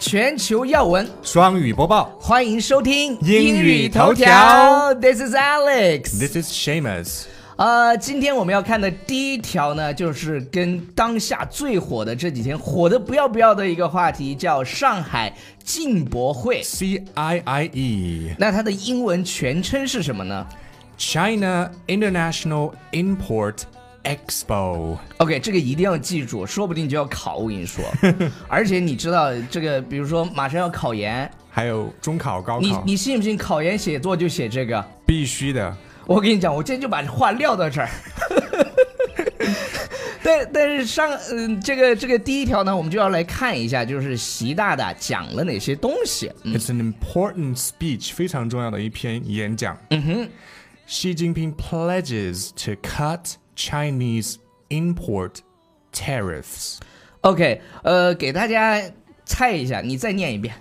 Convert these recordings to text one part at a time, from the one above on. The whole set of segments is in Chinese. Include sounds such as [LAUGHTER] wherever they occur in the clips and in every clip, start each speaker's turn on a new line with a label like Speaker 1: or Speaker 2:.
Speaker 1: 全球要闻，
Speaker 2: 双语播报。
Speaker 1: 欢迎收听
Speaker 2: 英语头条
Speaker 1: This is Alex。
Speaker 2: This is Shamus。
Speaker 1: 呃，今天我们要看的第一条呢，就是跟当下最火的这几天火的不要不要的一个话题，叫上海进博会。
Speaker 2: C I I E
Speaker 1: 那它的英文全称是什么呢
Speaker 2: China International Import Expo。
Speaker 1: ？OK，这个一定要记住，说不定就要考。我跟你
Speaker 2: [LAUGHS]
Speaker 1: 说，而且你知道这个，比如说马上要考研，
Speaker 2: 还有中考、高
Speaker 1: 你
Speaker 2: 考，
Speaker 1: 你信不信考研写作就写这个？
Speaker 2: 必须的。
Speaker 1: 我跟你讲，我今天就把话撂到这儿。 [LAUGHS] 但但是上嗯，这个这个第一条呢，我们就要来看一下，就是习大大讲了哪些东西。嗯
Speaker 2: It's an important speech，非常重要的一篇演讲。嗯哼，Xi Jinping pledges to cut Chinese import tariffs。
Speaker 1: OK，呃，给大家猜一下，你再念一遍。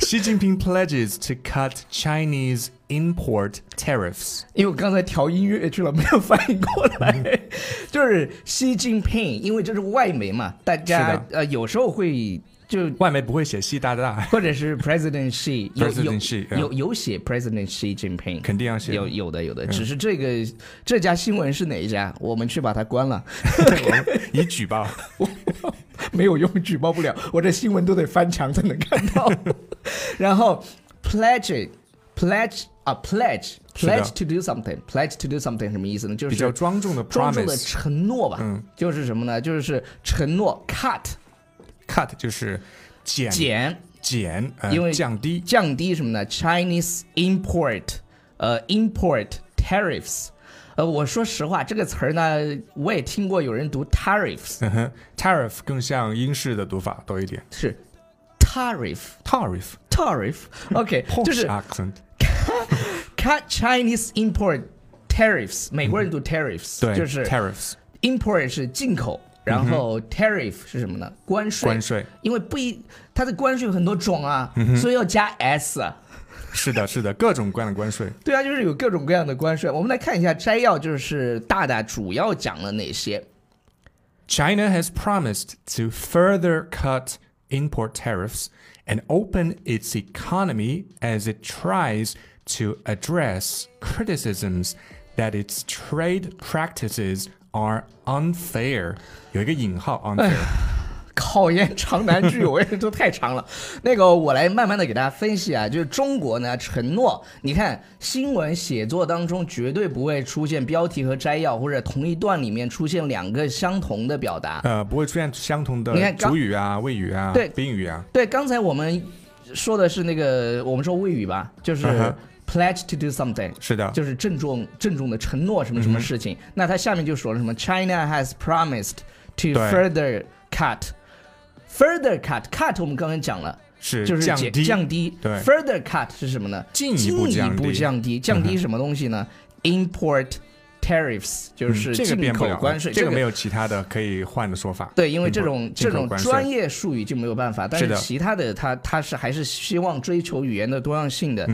Speaker 2: Xi Jinping pledges to cut Chinese import tariffs。
Speaker 1: 因为我刚才调音乐去了，没有翻译过
Speaker 2: 嗯
Speaker 1: 来。 [LAUGHS] 就是习近平，因为这是外媒嘛，大
Speaker 2: 是
Speaker 1: 家
Speaker 2: 的
Speaker 1: 呃有时候会就
Speaker 2: 外媒不会写习大大，
Speaker 1: 或者是 President Xi 有
Speaker 2: President Xi，
Speaker 1: 有
Speaker 2: 嗯
Speaker 1: 有有写 President Xi Jinping，
Speaker 2: 肯定要写。
Speaker 1: 有有的有
Speaker 2: 嗯
Speaker 1: 的，只是这个这家新闻是哪一家，我们去把它关了， [LAUGHS]
Speaker 2: 以举报。
Speaker 1: 没有用，举报不了，我这新闻都得翻墙才能看到。 [LAUGHS] 然后 pledge pledge 啊 pledge
Speaker 2: 是的
Speaker 1: pledge to do something pledge to do something 什么意思呢？就
Speaker 2: 比较
Speaker 1: 是
Speaker 2: 庄重的
Speaker 1: 庄重的
Speaker 2: promise 嗯
Speaker 1: 承诺吧，就是什么呢？就是承诺 cut
Speaker 2: cut 就是减
Speaker 1: 减
Speaker 2: 减，呃
Speaker 1: 因为
Speaker 2: 降低
Speaker 1: 降低什么呢？Chinese import 呃 import tariffs。呃，我说实话，这个词儿呢，我也听过有人读 tariffs，
Speaker 2: 嗯哼 tariff 更像英式的读法多一点
Speaker 1: 是 tariff
Speaker 2: [LAUGHS] ，tariff
Speaker 1: tariff。OK，就
Speaker 2: posh
Speaker 1: 是
Speaker 2: accent
Speaker 1: cut Chinese import tariffs，美国人读 tariffs，、
Speaker 2: 对，
Speaker 1: 就是
Speaker 2: tariffs
Speaker 1: import 是进口，然后 tariff 是什么呢？关税。
Speaker 2: 嗯关税，嗯
Speaker 1: 因为不一，它的关税有很多种啊，所以要加 s 啊。
Speaker 2: 是的，是的，各种各样的关税。
Speaker 1: 对啊，就是有各种各样的关税。我们来看一下摘要，就是大大主要讲了哪些。
Speaker 2: China has promised to further cut import tariffs and open its economy as it tries to address criticisms that its trade practices are unfair. 有一个引
Speaker 1: [LAUGHS]
Speaker 2: 号 unfair。
Speaker 1: 考研长难句，我也都太长了。那个，我来慢慢的给大家分析啊，就是中国呢承诺，你看新闻写作当中绝对不会出现标题和摘要或者同一段里面出现两个相同的表
Speaker 2: 啊
Speaker 1: 达。你看刚-
Speaker 2: 呃，不会出现相同的主语啊、谓语啊、
Speaker 1: 对。
Speaker 2: 宾语啊。
Speaker 1: 对，刚才我们说的是那个，我们说谓语吧，就是
Speaker 2: 嗯哼
Speaker 1: pledge to do something，
Speaker 2: 是的，
Speaker 1: 就是郑重郑重的承诺什么什么事情。那他下面就说了什么，China has promised to
Speaker 2: 对
Speaker 1: further cut。Further cut cut，我们刚才讲了，
Speaker 2: 是
Speaker 1: 就是
Speaker 2: 降
Speaker 1: 减
Speaker 2: 低
Speaker 1: 降低。
Speaker 2: 对
Speaker 1: Further cut 是什么呢？
Speaker 2: 进一
Speaker 1: 进
Speaker 2: 步降
Speaker 1: 一步
Speaker 2: 低嗯
Speaker 1: 降低，降低什么东西呢？Import tariffs 就是
Speaker 2: 嗯这个
Speaker 1: 进
Speaker 2: 变不
Speaker 1: 口
Speaker 2: 了了
Speaker 1: 关税，
Speaker 2: 这
Speaker 1: 个
Speaker 2: 个没有其他的可以换的说法。
Speaker 1: 对，因为这
Speaker 2: 进口
Speaker 1: 种
Speaker 2: 进
Speaker 1: 这
Speaker 2: 口
Speaker 1: 种
Speaker 2: 关税
Speaker 1: 专业术语就没有办法，但
Speaker 2: 是
Speaker 1: 是
Speaker 2: 的
Speaker 1: 其他的它它是还是希望追求语言的多样性的。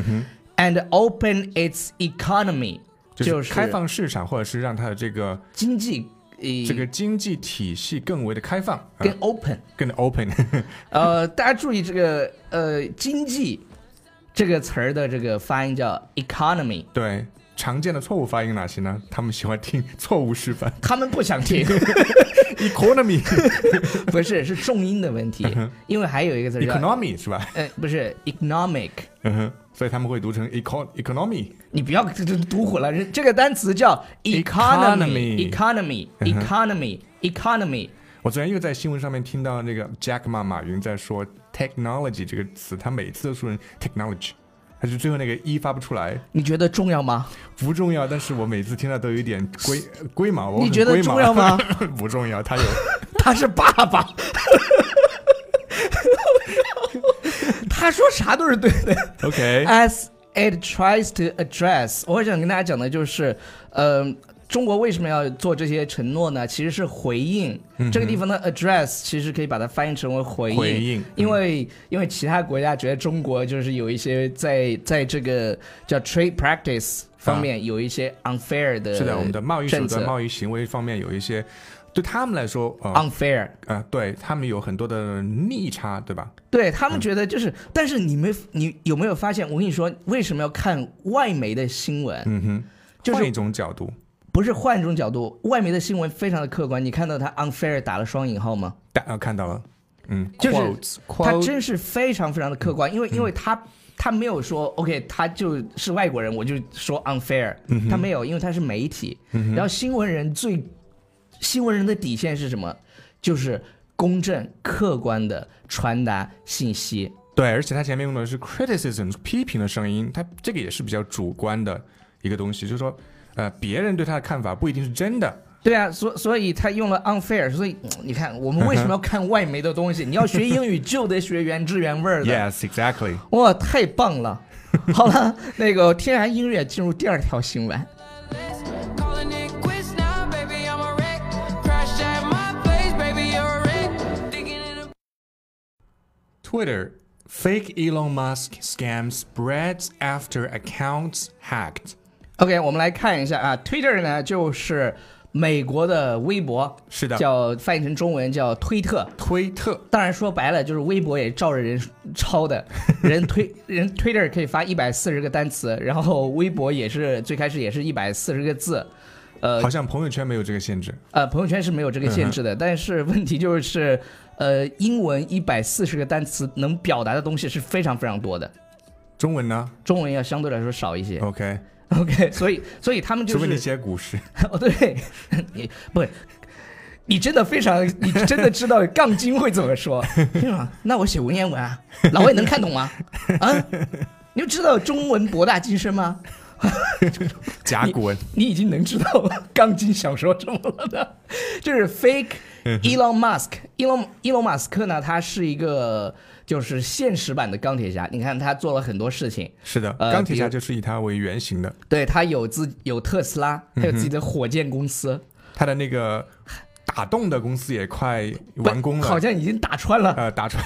Speaker 1: And
Speaker 2: 嗯
Speaker 1: open its economy，
Speaker 2: 就是开放市场，或者是让它的这个
Speaker 1: 经济呃
Speaker 2: 这个经济体系更为的开放，啊
Speaker 1: 跟 open，
Speaker 2: 更 open。 [LAUGHS]
Speaker 1: 呃，大家注意这个呃经济这个词儿的这个发音叫 economy，
Speaker 2: 对，常见的错误发音有哪些呢？他们喜欢听错误
Speaker 1: [LAUGHS]
Speaker 2: 示范
Speaker 1: 他们不想听， [LAUGHS]
Speaker 2: ，economy，economy
Speaker 1: 不是是重音的问题，因为还有一个词儿叫
Speaker 2: 是吧？
Speaker 1: 呃不是 economic，
Speaker 2: 嗯哼，所以他们会读成 econ economy。
Speaker 1: 你不要这这读混了，这这个单词叫 economy
Speaker 2: Economy
Speaker 1: economy economy economy，
Speaker 2: 我昨天又在新闻上面听到那个 Jack 马马云在说 technology 这个词，他每次都说成 technology，他就最后那个一发不出来，
Speaker 1: 你觉得重要吗？
Speaker 2: 不重要。但是我每次听到都有一点龟龟毛，我
Speaker 1: 你
Speaker 2: 很
Speaker 1: 觉得
Speaker 2: 龟毛
Speaker 1: 重要吗？
Speaker 2: [LAUGHS] 不重要，他有。
Speaker 1: 他是爸爸。他说啥都是对的。
Speaker 2: OK，
Speaker 1: As it tries to address，我想跟大家讲的就是，嗯、中国为什么要做这些承诺呢？其实是回应、这个地方的 address，其实可以把它翻译成为回应，
Speaker 2: 嗯回应嗯
Speaker 1: 因为、因为其他国家觉得中国就是有一些在在这个叫 trade practice 方面有一些 unfair 的
Speaker 2: 啊是的，我们的贸易手
Speaker 1: 政策
Speaker 2: 段、贸易行为方面有一些，对他们来说，呃，啊、
Speaker 1: unfair，
Speaker 2: 对他们有很多的逆差，对吧？
Speaker 1: 对他
Speaker 2: 嗯
Speaker 1: 们觉得就是，但是你没你有没有发现？我跟你说，为什么要看外媒的新闻？
Speaker 2: 嗯哼，
Speaker 1: 就是
Speaker 2: 换一种角度，
Speaker 1: 不是换一种角度，外媒的新闻非常的客观。你看到他 unfair 打了双引号吗？
Speaker 2: 大家看到了，嗯，
Speaker 1: 就是
Speaker 2: quotes,
Speaker 1: 他
Speaker 2: quotes,
Speaker 1: 真是非常非常的客观，因为因为他他没有说 OK，他就是外国人，我就说 unfair，他没有，因为他是媒体。然后新闻人最新闻人的底线是什么？就是公正客观的传达信息。
Speaker 2: 对，而且他前面用的是 criticism 批评的声音，他这个也是比较主观的一个东西，就是说，呃，别人对他的看法不一定是真的，
Speaker 1: 对啊，所所以他用了 unfair，所以嗯你看我们为什么要看外媒的东西？你要学英语就得学原汁原味儿的。
Speaker 2: Yes, exactly.
Speaker 1: 哇，太棒
Speaker 2: [LAUGHS]
Speaker 1: 了！好了，那个天然音乐进入第二条新闻。
Speaker 3: Calling it quits now, baby, I'm a wreck. Crash at my place, baby, you're a wreck. Digging in a
Speaker 2: Twitter fake Elon Musk scam spreads after accounts hacked.
Speaker 1: OK，我们来看一下啊，Twitter 呢就是美国的微博，
Speaker 2: 是的
Speaker 1: 叫翻译成中文叫推特。
Speaker 2: 推特
Speaker 1: 当然说白了，就是微博也照着人抄
Speaker 2: [LAUGHS]
Speaker 1: 的，人推人 Twitter 可以发一百四十个单词，然后微博也是最开始也是一百四十个字，
Speaker 2: 好像朋友圈没有这个限制，
Speaker 1: 呃，朋友圈是没有这个限制
Speaker 2: 嗯
Speaker 1: 的，但是问题就是，呃，英文一百四十个单词能表达的东西是非常非常多的，
Speaker 2: 中文呢
Speaker 1: 中文要相对来说少一些。
Speaker 2: ？OK， [LAUGHS]
Speaker 1: OK，所以所以他们就
Speaker 2: 哦除非你
Speaker 1: 是
Speaker 2: 写古诗，
Speaker 1: [LAUGHS] 哦，对， [LAUGHS] 你不，你真的非
Speaker 2: [LAUGHS]
Speaker 1: 常，你真的知道杠精会怎么说？是吗？那我写文言文啊，老外能看懂
Speaker 2: [LAUGHS]
Speaker 1: 吗？啊，你就知道中文博大精深吗？
Speaker 2: 甲骨文。
Speaker 1: 你已经能知道杠精想说什么了的，就是 fake
Speaker 2: 嗯
Speaker 1: Elon Musk。Elon Elon 马斯克呢，他是一个就是现实版的钢铁侠。你看他做了很多事情，
Speaker 2: 是的，
Speaker 1: 呃
Speaker 2: 钢铁
Speaker 1: 比
Speaker 2: 侠
Speaker 1: 如
Speaker 2: 就是以它为原型的，
Speaker 1: 对他有自有特斯拉，
Speaker 2: 嗯
Speaker 1: 他有自己的火箭公司，
Speaker 2: 它的那个打洞的公司也快 [LAUGHS] 完工
Speaker 1: 好
Speaker 2: 了。
Speaker 1: 像已经打穿了。
Speaker 2: 呃，打穿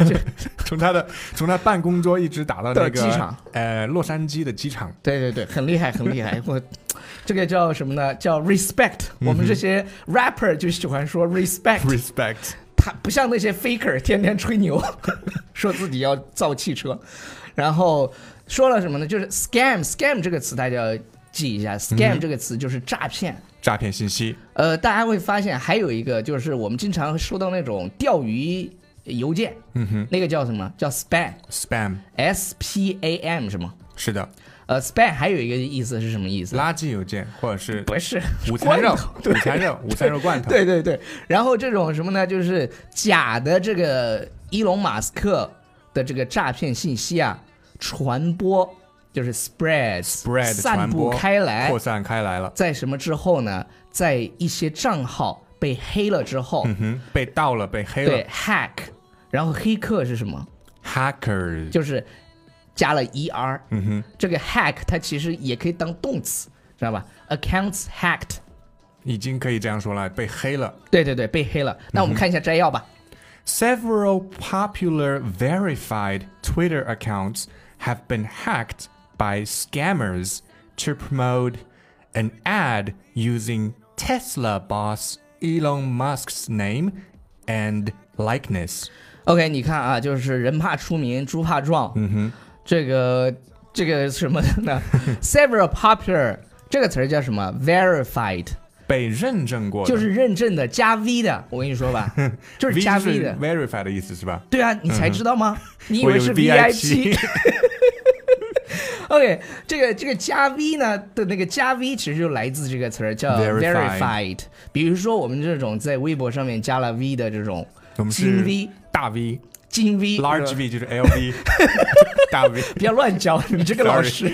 Speaker 2: [LAUGHS] 从他的从他办公桌一直打到那
Speaker 1: 到
Speaker 2: 个
Speaker 1: 机场，
Speaker 2: 呃，洛杉矶的机场。
Speaker 1: 对对对，很厉害，很厉害。我这个叫什么呢？叫 respect。我
Speaker 2: 嗯
Speaker 1: 们这些 rapper 就喜欢说 respect，
Speaker 2: Respect，
Speaker 1: 他不像那些 faker 天天吹牛， [LAUGHS] 说自己要造汽车，然后说了什么呢？就是 scam。scam 这个词大家要记一
Speaker 2: 嗯
Speaker 1: 下，scam 这个词就是诈骗。
Speaker 2: 诈骗信息，
Speaker 1: 呃，大家会发现还有一个就是我们经常收到那种钓鱼邮件，嗯哼，那个叫什么？叫 spam，s
Speaker 2: spam，
Speaker 1: p a m 什么？
Speaker 2: 是的，
Speaker 1: 呃，spam 还有一个意思是什么意思？
Speaker 2: 垃圾邮件或者是
Speaker 1: 不是
Speaker 2: 午餐肉
Speaker 1: 罐头，
Speaker 2: 午餐肉，午餐肉罐头，
Speaker 1: 对对对，然后这种什么呢？就是假的这个伊隆马斯克的这个诈骗信息啊，传播就是 spread
Speaker 2: ，bread
Speaker 1: 散
Speaker 2: 传
Speaker 1: 布
Speaker 2: 播
Speaker 1: 开来
Speaker 2: 扩，散开来了，
Speaker 1: 在什么之后呢？在一些账号被黑了之后，
Speaker 2: 嗯哼，被盗了，被黑
Speaker 1: 对
Speaker 2: 了
Speaker 1: hack，然后黑客是什么？
Speaker 2: ，hacker，
Speaker 1: 就是加了 er，
Speaker 2: 嗯哼，
Speaker 1: 这个 hack 它其实也可以当动词，知道吧？accounts hacked，
Speaker 2: 已经可以这样说了，被黑了。
Speaker 1: 对对对，被黑了。那我们看一下摘要吧。
Speaker 2: Several popular verified Twitter accounts have been hacked by scammers to promote an ad using Tesla boss Elon Musk's name and likeness.
Speaker 1: OK，你看啊，就是人怕出名，猪怕壮。嗯哼，这个这个什么呢 [LAUGHS] ？Several popular 这个词儿叫什么？Verified，
Speaker 2: 被认证过的，
Speaker 1: 就是认证的加 V 的。我跟你说 [LAUGHS] 吧，就是
Speaker 2: V
Speaker 1: 加
Speaker 2: 是
Speaker 1: V 的。
Speaker 2: verify 的意思是吧？
Speaker 1: 对啊，你才知道
Speaker 2: [LAUGHS]
Speaker 1: 吗？你以
Speaker 2: 嗯我
Speaker 1: 为
Speaker 2: 以
Speaker 1: 是
Speaker 2: 为 VIP [LAUGHS]
Speaker 1: [LAUGHS] OK，这个这个加 V 呢的那个加 V 其实就来自这个词儿叫
Speaker 2: Verified
Speaker 1: verified。比如说我们这种在微博上面加了 V 的这种
Speaker 2: 我们
Speaker 1: 金
Speaker 2: 是
Speaker 1: V
Speaker 2: 大 V、
Speaker 1: 金 V 是
Speaker 2: large
Speaker 1: 吧
Speaker 2: V 就是
Speaker 1: [LAUGHS]
Speaker 2: LV，大 V
Speaker 1: 不要乱教，你这个老
Speaker 2: Sorry [LAUGHS]
Speaker 1: 师。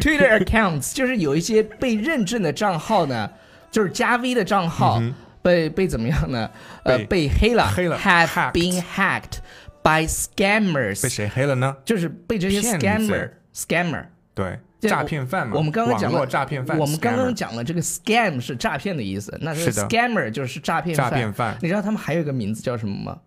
Speaker 1: Twitter accounts 就是有一些被认证的账号呢，就是加 V 的账号被被怎么样呢？呃，被
Speaker 2: 嗯被
Speaker 1: 黑了
Speaker 2: 黑了
Speaker 1: ，have
Speaker 2: hacked
Speaker 1: been hacked by
Speaker 2: 被
Speaker 1: scammers，
Speaker 2: 谁黑了呢？
Speaker 1: 就是被这些
Speaker 2: 骗子
Speaker 1: scammer scammer。
Speaker 2: 对，
Speaker 1: 这
Speaker 2: 诈骗犯嘛。
Speaker 1: 我们刚刚
Speaker 2: 网
Speaker 1: 讲
Speaker 2: 络
Speaker 1: 了
Speaker 2: 诈骗犯，
Speaker 1: 我们刚
Speaker 2: scammer
Speaker 1: 刚讲了这个 scam 是诈骗的意思，那
Speaker 2: 是的
Speaker 1: scammer 就是诈骗
Speaker 2: 诈骗犯
Speaker 1: 你知道他们还有一个名字叫什么吗？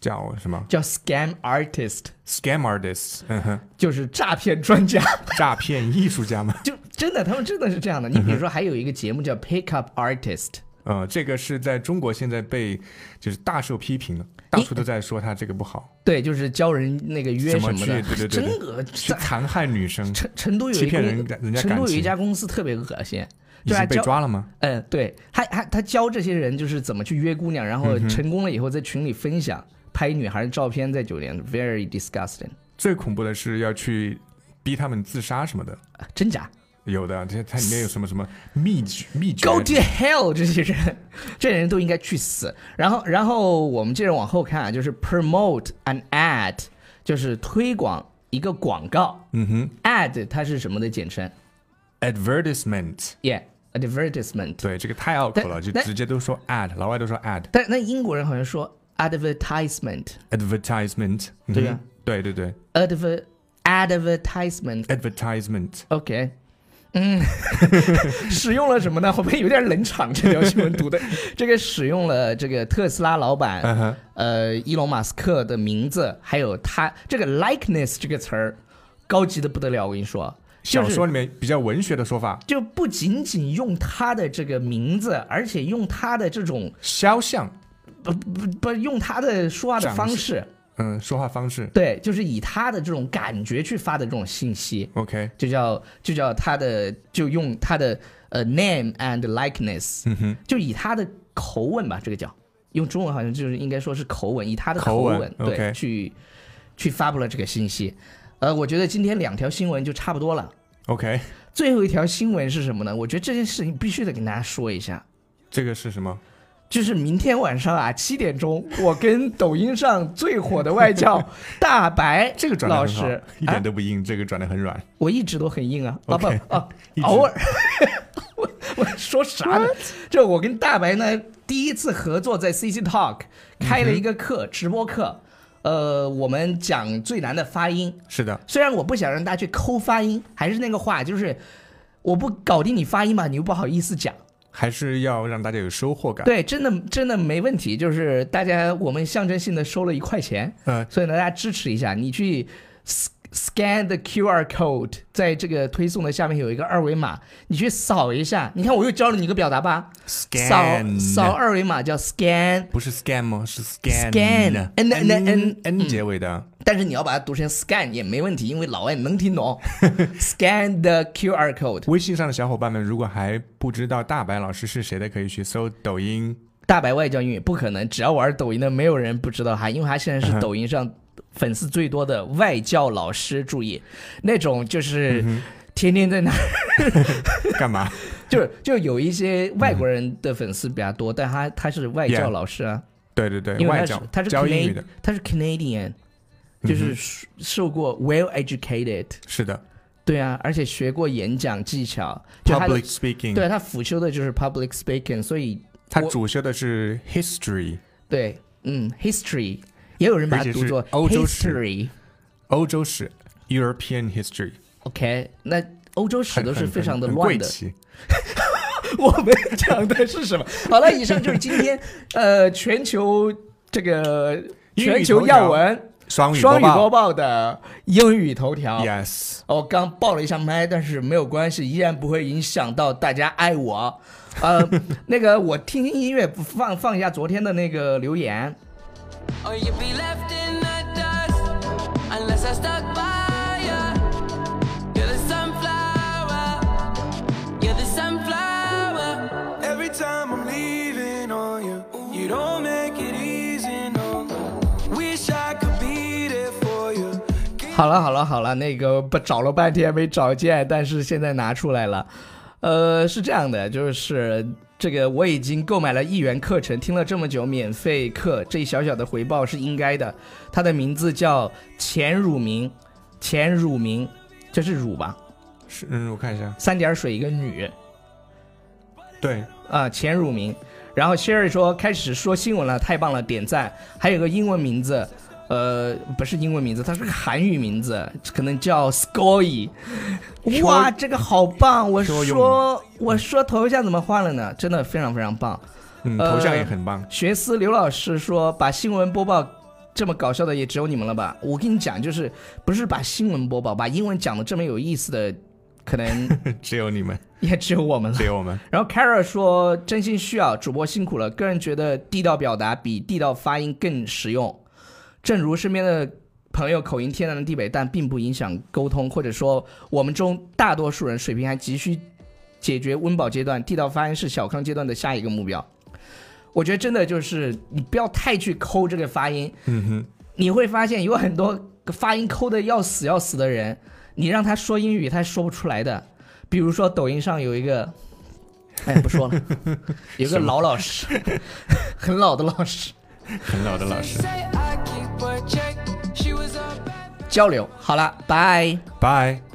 Speaker 2: 叫什么？
Speaker 1: 叫 scam artist，
Speaker 2: scam artists，嗯哼，
Speaker 1: 就是诈骗专家。 [LAUGHS]
Speaker 2: 诈骗艺术家嘛，
Speaker 1: 就真的，他们真的是这样的。你比如说，还有一个节目叫《Pickup Artist》，
Speaker 2: [LAUGHS] 呃，这个是在中国现在被就是大受批评的，到处都在说他这个不好，
Speaker 1: 对，就是教人那个约
Speaker 2: 怎
Speaker 1: 什
Speaker 2: 么去
Speaker 1: 的，
Speaker 2: 对对对
Speaker 1: 真
Speaker 2: 对
Speaker 1: 恶
Speaker 2: 去
Speaker 1: 在
Speaker 2: 残害女生，
Speaker 1: 成成都有
Speaker 2: 欺
Speaker 1: 一
Speaker 2: 骗
Speaker 1: 公
Speaker 2: 人家人家
Speaker 1: 成
Speaker 2: 感
Speaker 1: 都有一
Speaker 2: 情
Speaker 1: 家公司特别恶心，
Speaker 2: 已
Speaker 1: 对吧？啊
Speaker 2: 经被
Speaker 1: 教
Speaker 2: 抓了吗？
Speaker 1: 嗯，对，还还他教这些人就是怎么去约姑娘，然后成功了以后在群里分享，拍女孩的照片在酒店，very disgusting，
Speaker 2: 最恐怖的是要去逼他们自杀什么的，
Speaker 1: 啊真假
Speaker 2: 有的，这它里面有什么什么秘诀秘诀
Speaker 1: ？Go to hell！这些人，这些人都应该去死。然后，然后我们接着往后看啊，就是 promote an ad，就是推广一个广告。嗯哼，ad 它是什么的简称
Speaker 2: advertisement，
Speaker 1: ？Yeah，advertisement。
Speaker 2: 对，这个太拗口了，
Speaker 1: 但
Speaker 2: 就
Speaker 1: 但
Speaker 2: 直接都说 ad，老外都说 ad
Speaker 1: 但那英国人好像说 advertisement，
Speaker 2: advertisement，嗯哼
Speaker 1: 对啊呀
Speaker 2: 对对对
Speaker 1: adver advertisement。
Speaker 2: advertisement，
Speaker 1: OK，嗯， [LAUGHS] 使用了什么呢？后面有点冷场，这条新闻读的，这个使用了这个特斯拉老
Speaker 2: 嗯
Speaker 1: 板
Speaker 2: 哼，
Speaker 1: 呃伊隆马斯克的名字，还有他这个 likeness 这个词儿，高级的不得了，我跟你说，就
Speaker 2: 小
Speaker 1: 是
Speaker 2: 说里面比较文学的说法，
Speaker 1: 就不仅仅用他的这个名字，而且用他的这种
Speaker 2: 肖像，
Speaker 1: 不不不用他的说话的
Speaker 2: 展示
Speaker 1: 方式，
Speaker 2: 嗯，说话方式
Speaker 1: 对，就是以他的这种感觉去发的这种信息，
Speaker 2: ，OK，
Speaker 1: 就叫就叫他的就用他的呃 name and likeness，、
Speaker 2: 嗯哼，
Speaker 1: 就以他的口吻吧，这个叫用中文好像就是应该说是口吻，以他的
Speaker 2: 口吻
Speaker 1: 吻对
Speaker 2: OK
Speaker 1: 去去发布了这个信息。呃，我觉得今天两条新闻就差不多了。
Speaker 2: ，OK，
Speaker 1: 最后一条新闻是什么呢？我觉得这件事情必须得跟大家说一下，
Speaker 2: 这个是什么？
Speaker 1: 就是明天晚上啊七点钟，我跟抖音上最火的外教大白
Speaker 2: [LAUGHS] 这个转的
Speaker 1: 老
Speaker 2: 很好
Speaker 1: 师，
Speaker 2: 一
Speaker 1: 啊
Speaker 2: 点都不硬，这个转的很软，
Speaker 1: 我一直都很硬啊，啊不
Speaker 2: OK，
Speaker 1: 啊
Speaker 2: 一，直
Speaker 1: 偶尔， [LAUGHS] 我我说啥呢？这我跟大白呢第一次合作在 CC Talk 开
Speaker 2: 嗯
Speaker 1: 了一个课，直播课，呃，我们讲最难的发音，
Speaker 2: 是的，
Speaker 1: 虽然我不想让大家去抠发音，还是那个话，就是我不搞定你发音嘛，你又不好意思讲。
Speaker 2: 还是要让大家有收获感，
Speaker 1: 对，真的真的没问题，就是大家我们象征性的收了一块钱，
Speaker 2: 呃，
Speaker 1: 所以呢，大家支持一下，你去 s- scan the QR code，在这个推送的下面有一个二维码，你去扫一下。你看，我又教了你一个表达吧，
Speaker 2: Scan
Speaker 1: 扫扫二维码叫 scan，
Speaker 2: 不是 scam 吗？是 scan
Speaker 1: Scan 嗯
Speaker 2: n
Speaker 1: ，n-
Speaker 2: n
Speaker 1: n-
Speaker 2: n
Speaker 1: n-
Speaker 2: n 结尾的。
Speaker 1: 但是你要把它读成 scan 也没问题，因为老外能听懂。scan the QR code，
Speaker 2: 微信上的小伙伴们，如果还不知道大白老师是谁的，可以去搜抖
Speaker 1: [LAUGHS]
Speaker 2: 音。
Speaker 1: 大白外教英语不可能，只要玩抖音的，没有人不知道他，因为他现在是抖音上粉丝最多的外教老师。注意，那种就是天天在那
Speaker 2: 干嘛？嗯
Speaker 1: 就是就有一些外国人的粉丝比较多，但他他是外
Speaker 2: Yeah
Speaker 1: 教老师啊
Speaker 2: 对对嗯对，
Speaker 1: 因为
Speaker 2: 外
Speaker 1: 他是
Speaker 2: 教
Speaker 1: 他是
Speaker 2: 教英语
Speaker 1: Canadian，
Speaker 2: 的，嗯
Speaker 1: 他是 Canadian，就是受受过 well educated，
Speaker 2: 是的
Speaker 1: 对啊，而且学过演讲技巧，就他的
Speaker 2: ，public speaking。
Speaker 1: 对啊他辅修的就是 public speaking，所以
Speaker 2: 他
Speaker 1: 我
Speaker 2: 主修的是 history，
Speaker 1: 对，嗯，history 也有人把它读
Speaker 2: 而
Speaker 1: 作
Speaker 2: 且是欧洲史
Speaker 1: history。
Speaker 2: 欧洲史 （European history），
Speaker 1: OK，那欧洲史
Speaker 2: 很
Speaker 1: 都是
Speaker 2: 很
Speaker 1: 非常的
Speaker 2: 很
Speaker 1: 乱
Speaker 2: 贵
Speaker 1: 的。
Speaker 2: 气
Speaker 1: [LAUGHS] 我们讲的是什么？好了，以上就是今天呃全球这个
Speaker 2: 英语
Speaker 1: 全球
Speaker 2: 头条
Speaker 1: 要闻
Speaker 2: 双语
Speaker 1: 双语播
Speaker 2: 报。
Speaker 1: 报的英语头条。
Speaker 2: Yes，
Speaker 1: 我刚爆了一下麦，但是没有关系，依然不会影响到大家爱我。呃，那个我听听音乐，放放一下昨天的那个留言。
Speaker 3: or you'd be left in the dust unless I stuck by you. You're the sunflower, you're the sunflower.
Speaker 4: Every time I'm leaving on you, you don't make it easy, no. Wish I could be there for you.
Speaker 1: 好了好了好了，那个不找了半天没找见，但是现在拿出来了。呃，是这样的，就是这个我已经购买了一元课程，听了这么久免费课，这小小的回报是应该的。它的名字叫钱汝明，钱汝明，这是汝吧？
Speaker 2: 是嗯，我看一下，
Speaker 1: 三点水一个女
Speaker 2: 对，
Speaker 1: 啊，钱汝明。然后 Sherry 说开始说新闻了，太棒了，点赞。还有个英文名字，呃，不是英文名字，它是个韩语名字，可能叫 Scoy。哇，这个好棒！我
Speaker 2: 说用
Speaker 1: 说我说头像怎么换了呢？真的非常非常棒。
Speaker 2: 嗯，头像
Speaker 1: 呃
Speaker 2: 也很棒。 [LAUGHS]
Speaker 1: 学思刘老师说，把新闻播报这么搞笑的也只有你们了吧？我跟你讲，就是不是把新闻播报，把英文讲的这么有意思的可能
Speaker 2: 只有你们，
Speaker 1: 也只有我们了
Speaker 2: 只。有我们。
Speaker 1: 然后 Kara 说：“真心需要主播辛苦了，个人觉得地道表达比地道发音更实用。正如身边的朋友口音天南地北，但并不影响沟通，或者说我们中大多数人水平还急需解决温饱阶段，地道发音是小康阶段的下一个目标。我觉得真的就是你不要太去抠这个发音，
Speaker 2: 嗯哼，
Speaker 1: 你会发现有很多发音抠的要死要死的人，你让他说英语他说不出来的。比如说抖音上有一个，哎，不说了，有一个老老师， [LAUGHS] 很老的老师
Speaker 2: 很老的老师
Speaker 1: [LAUGHS]
Speaker 3: Say。I keep her check. She was a bad.
Speaker 1: 交流。好了，拜。
Speaker 2: Bye。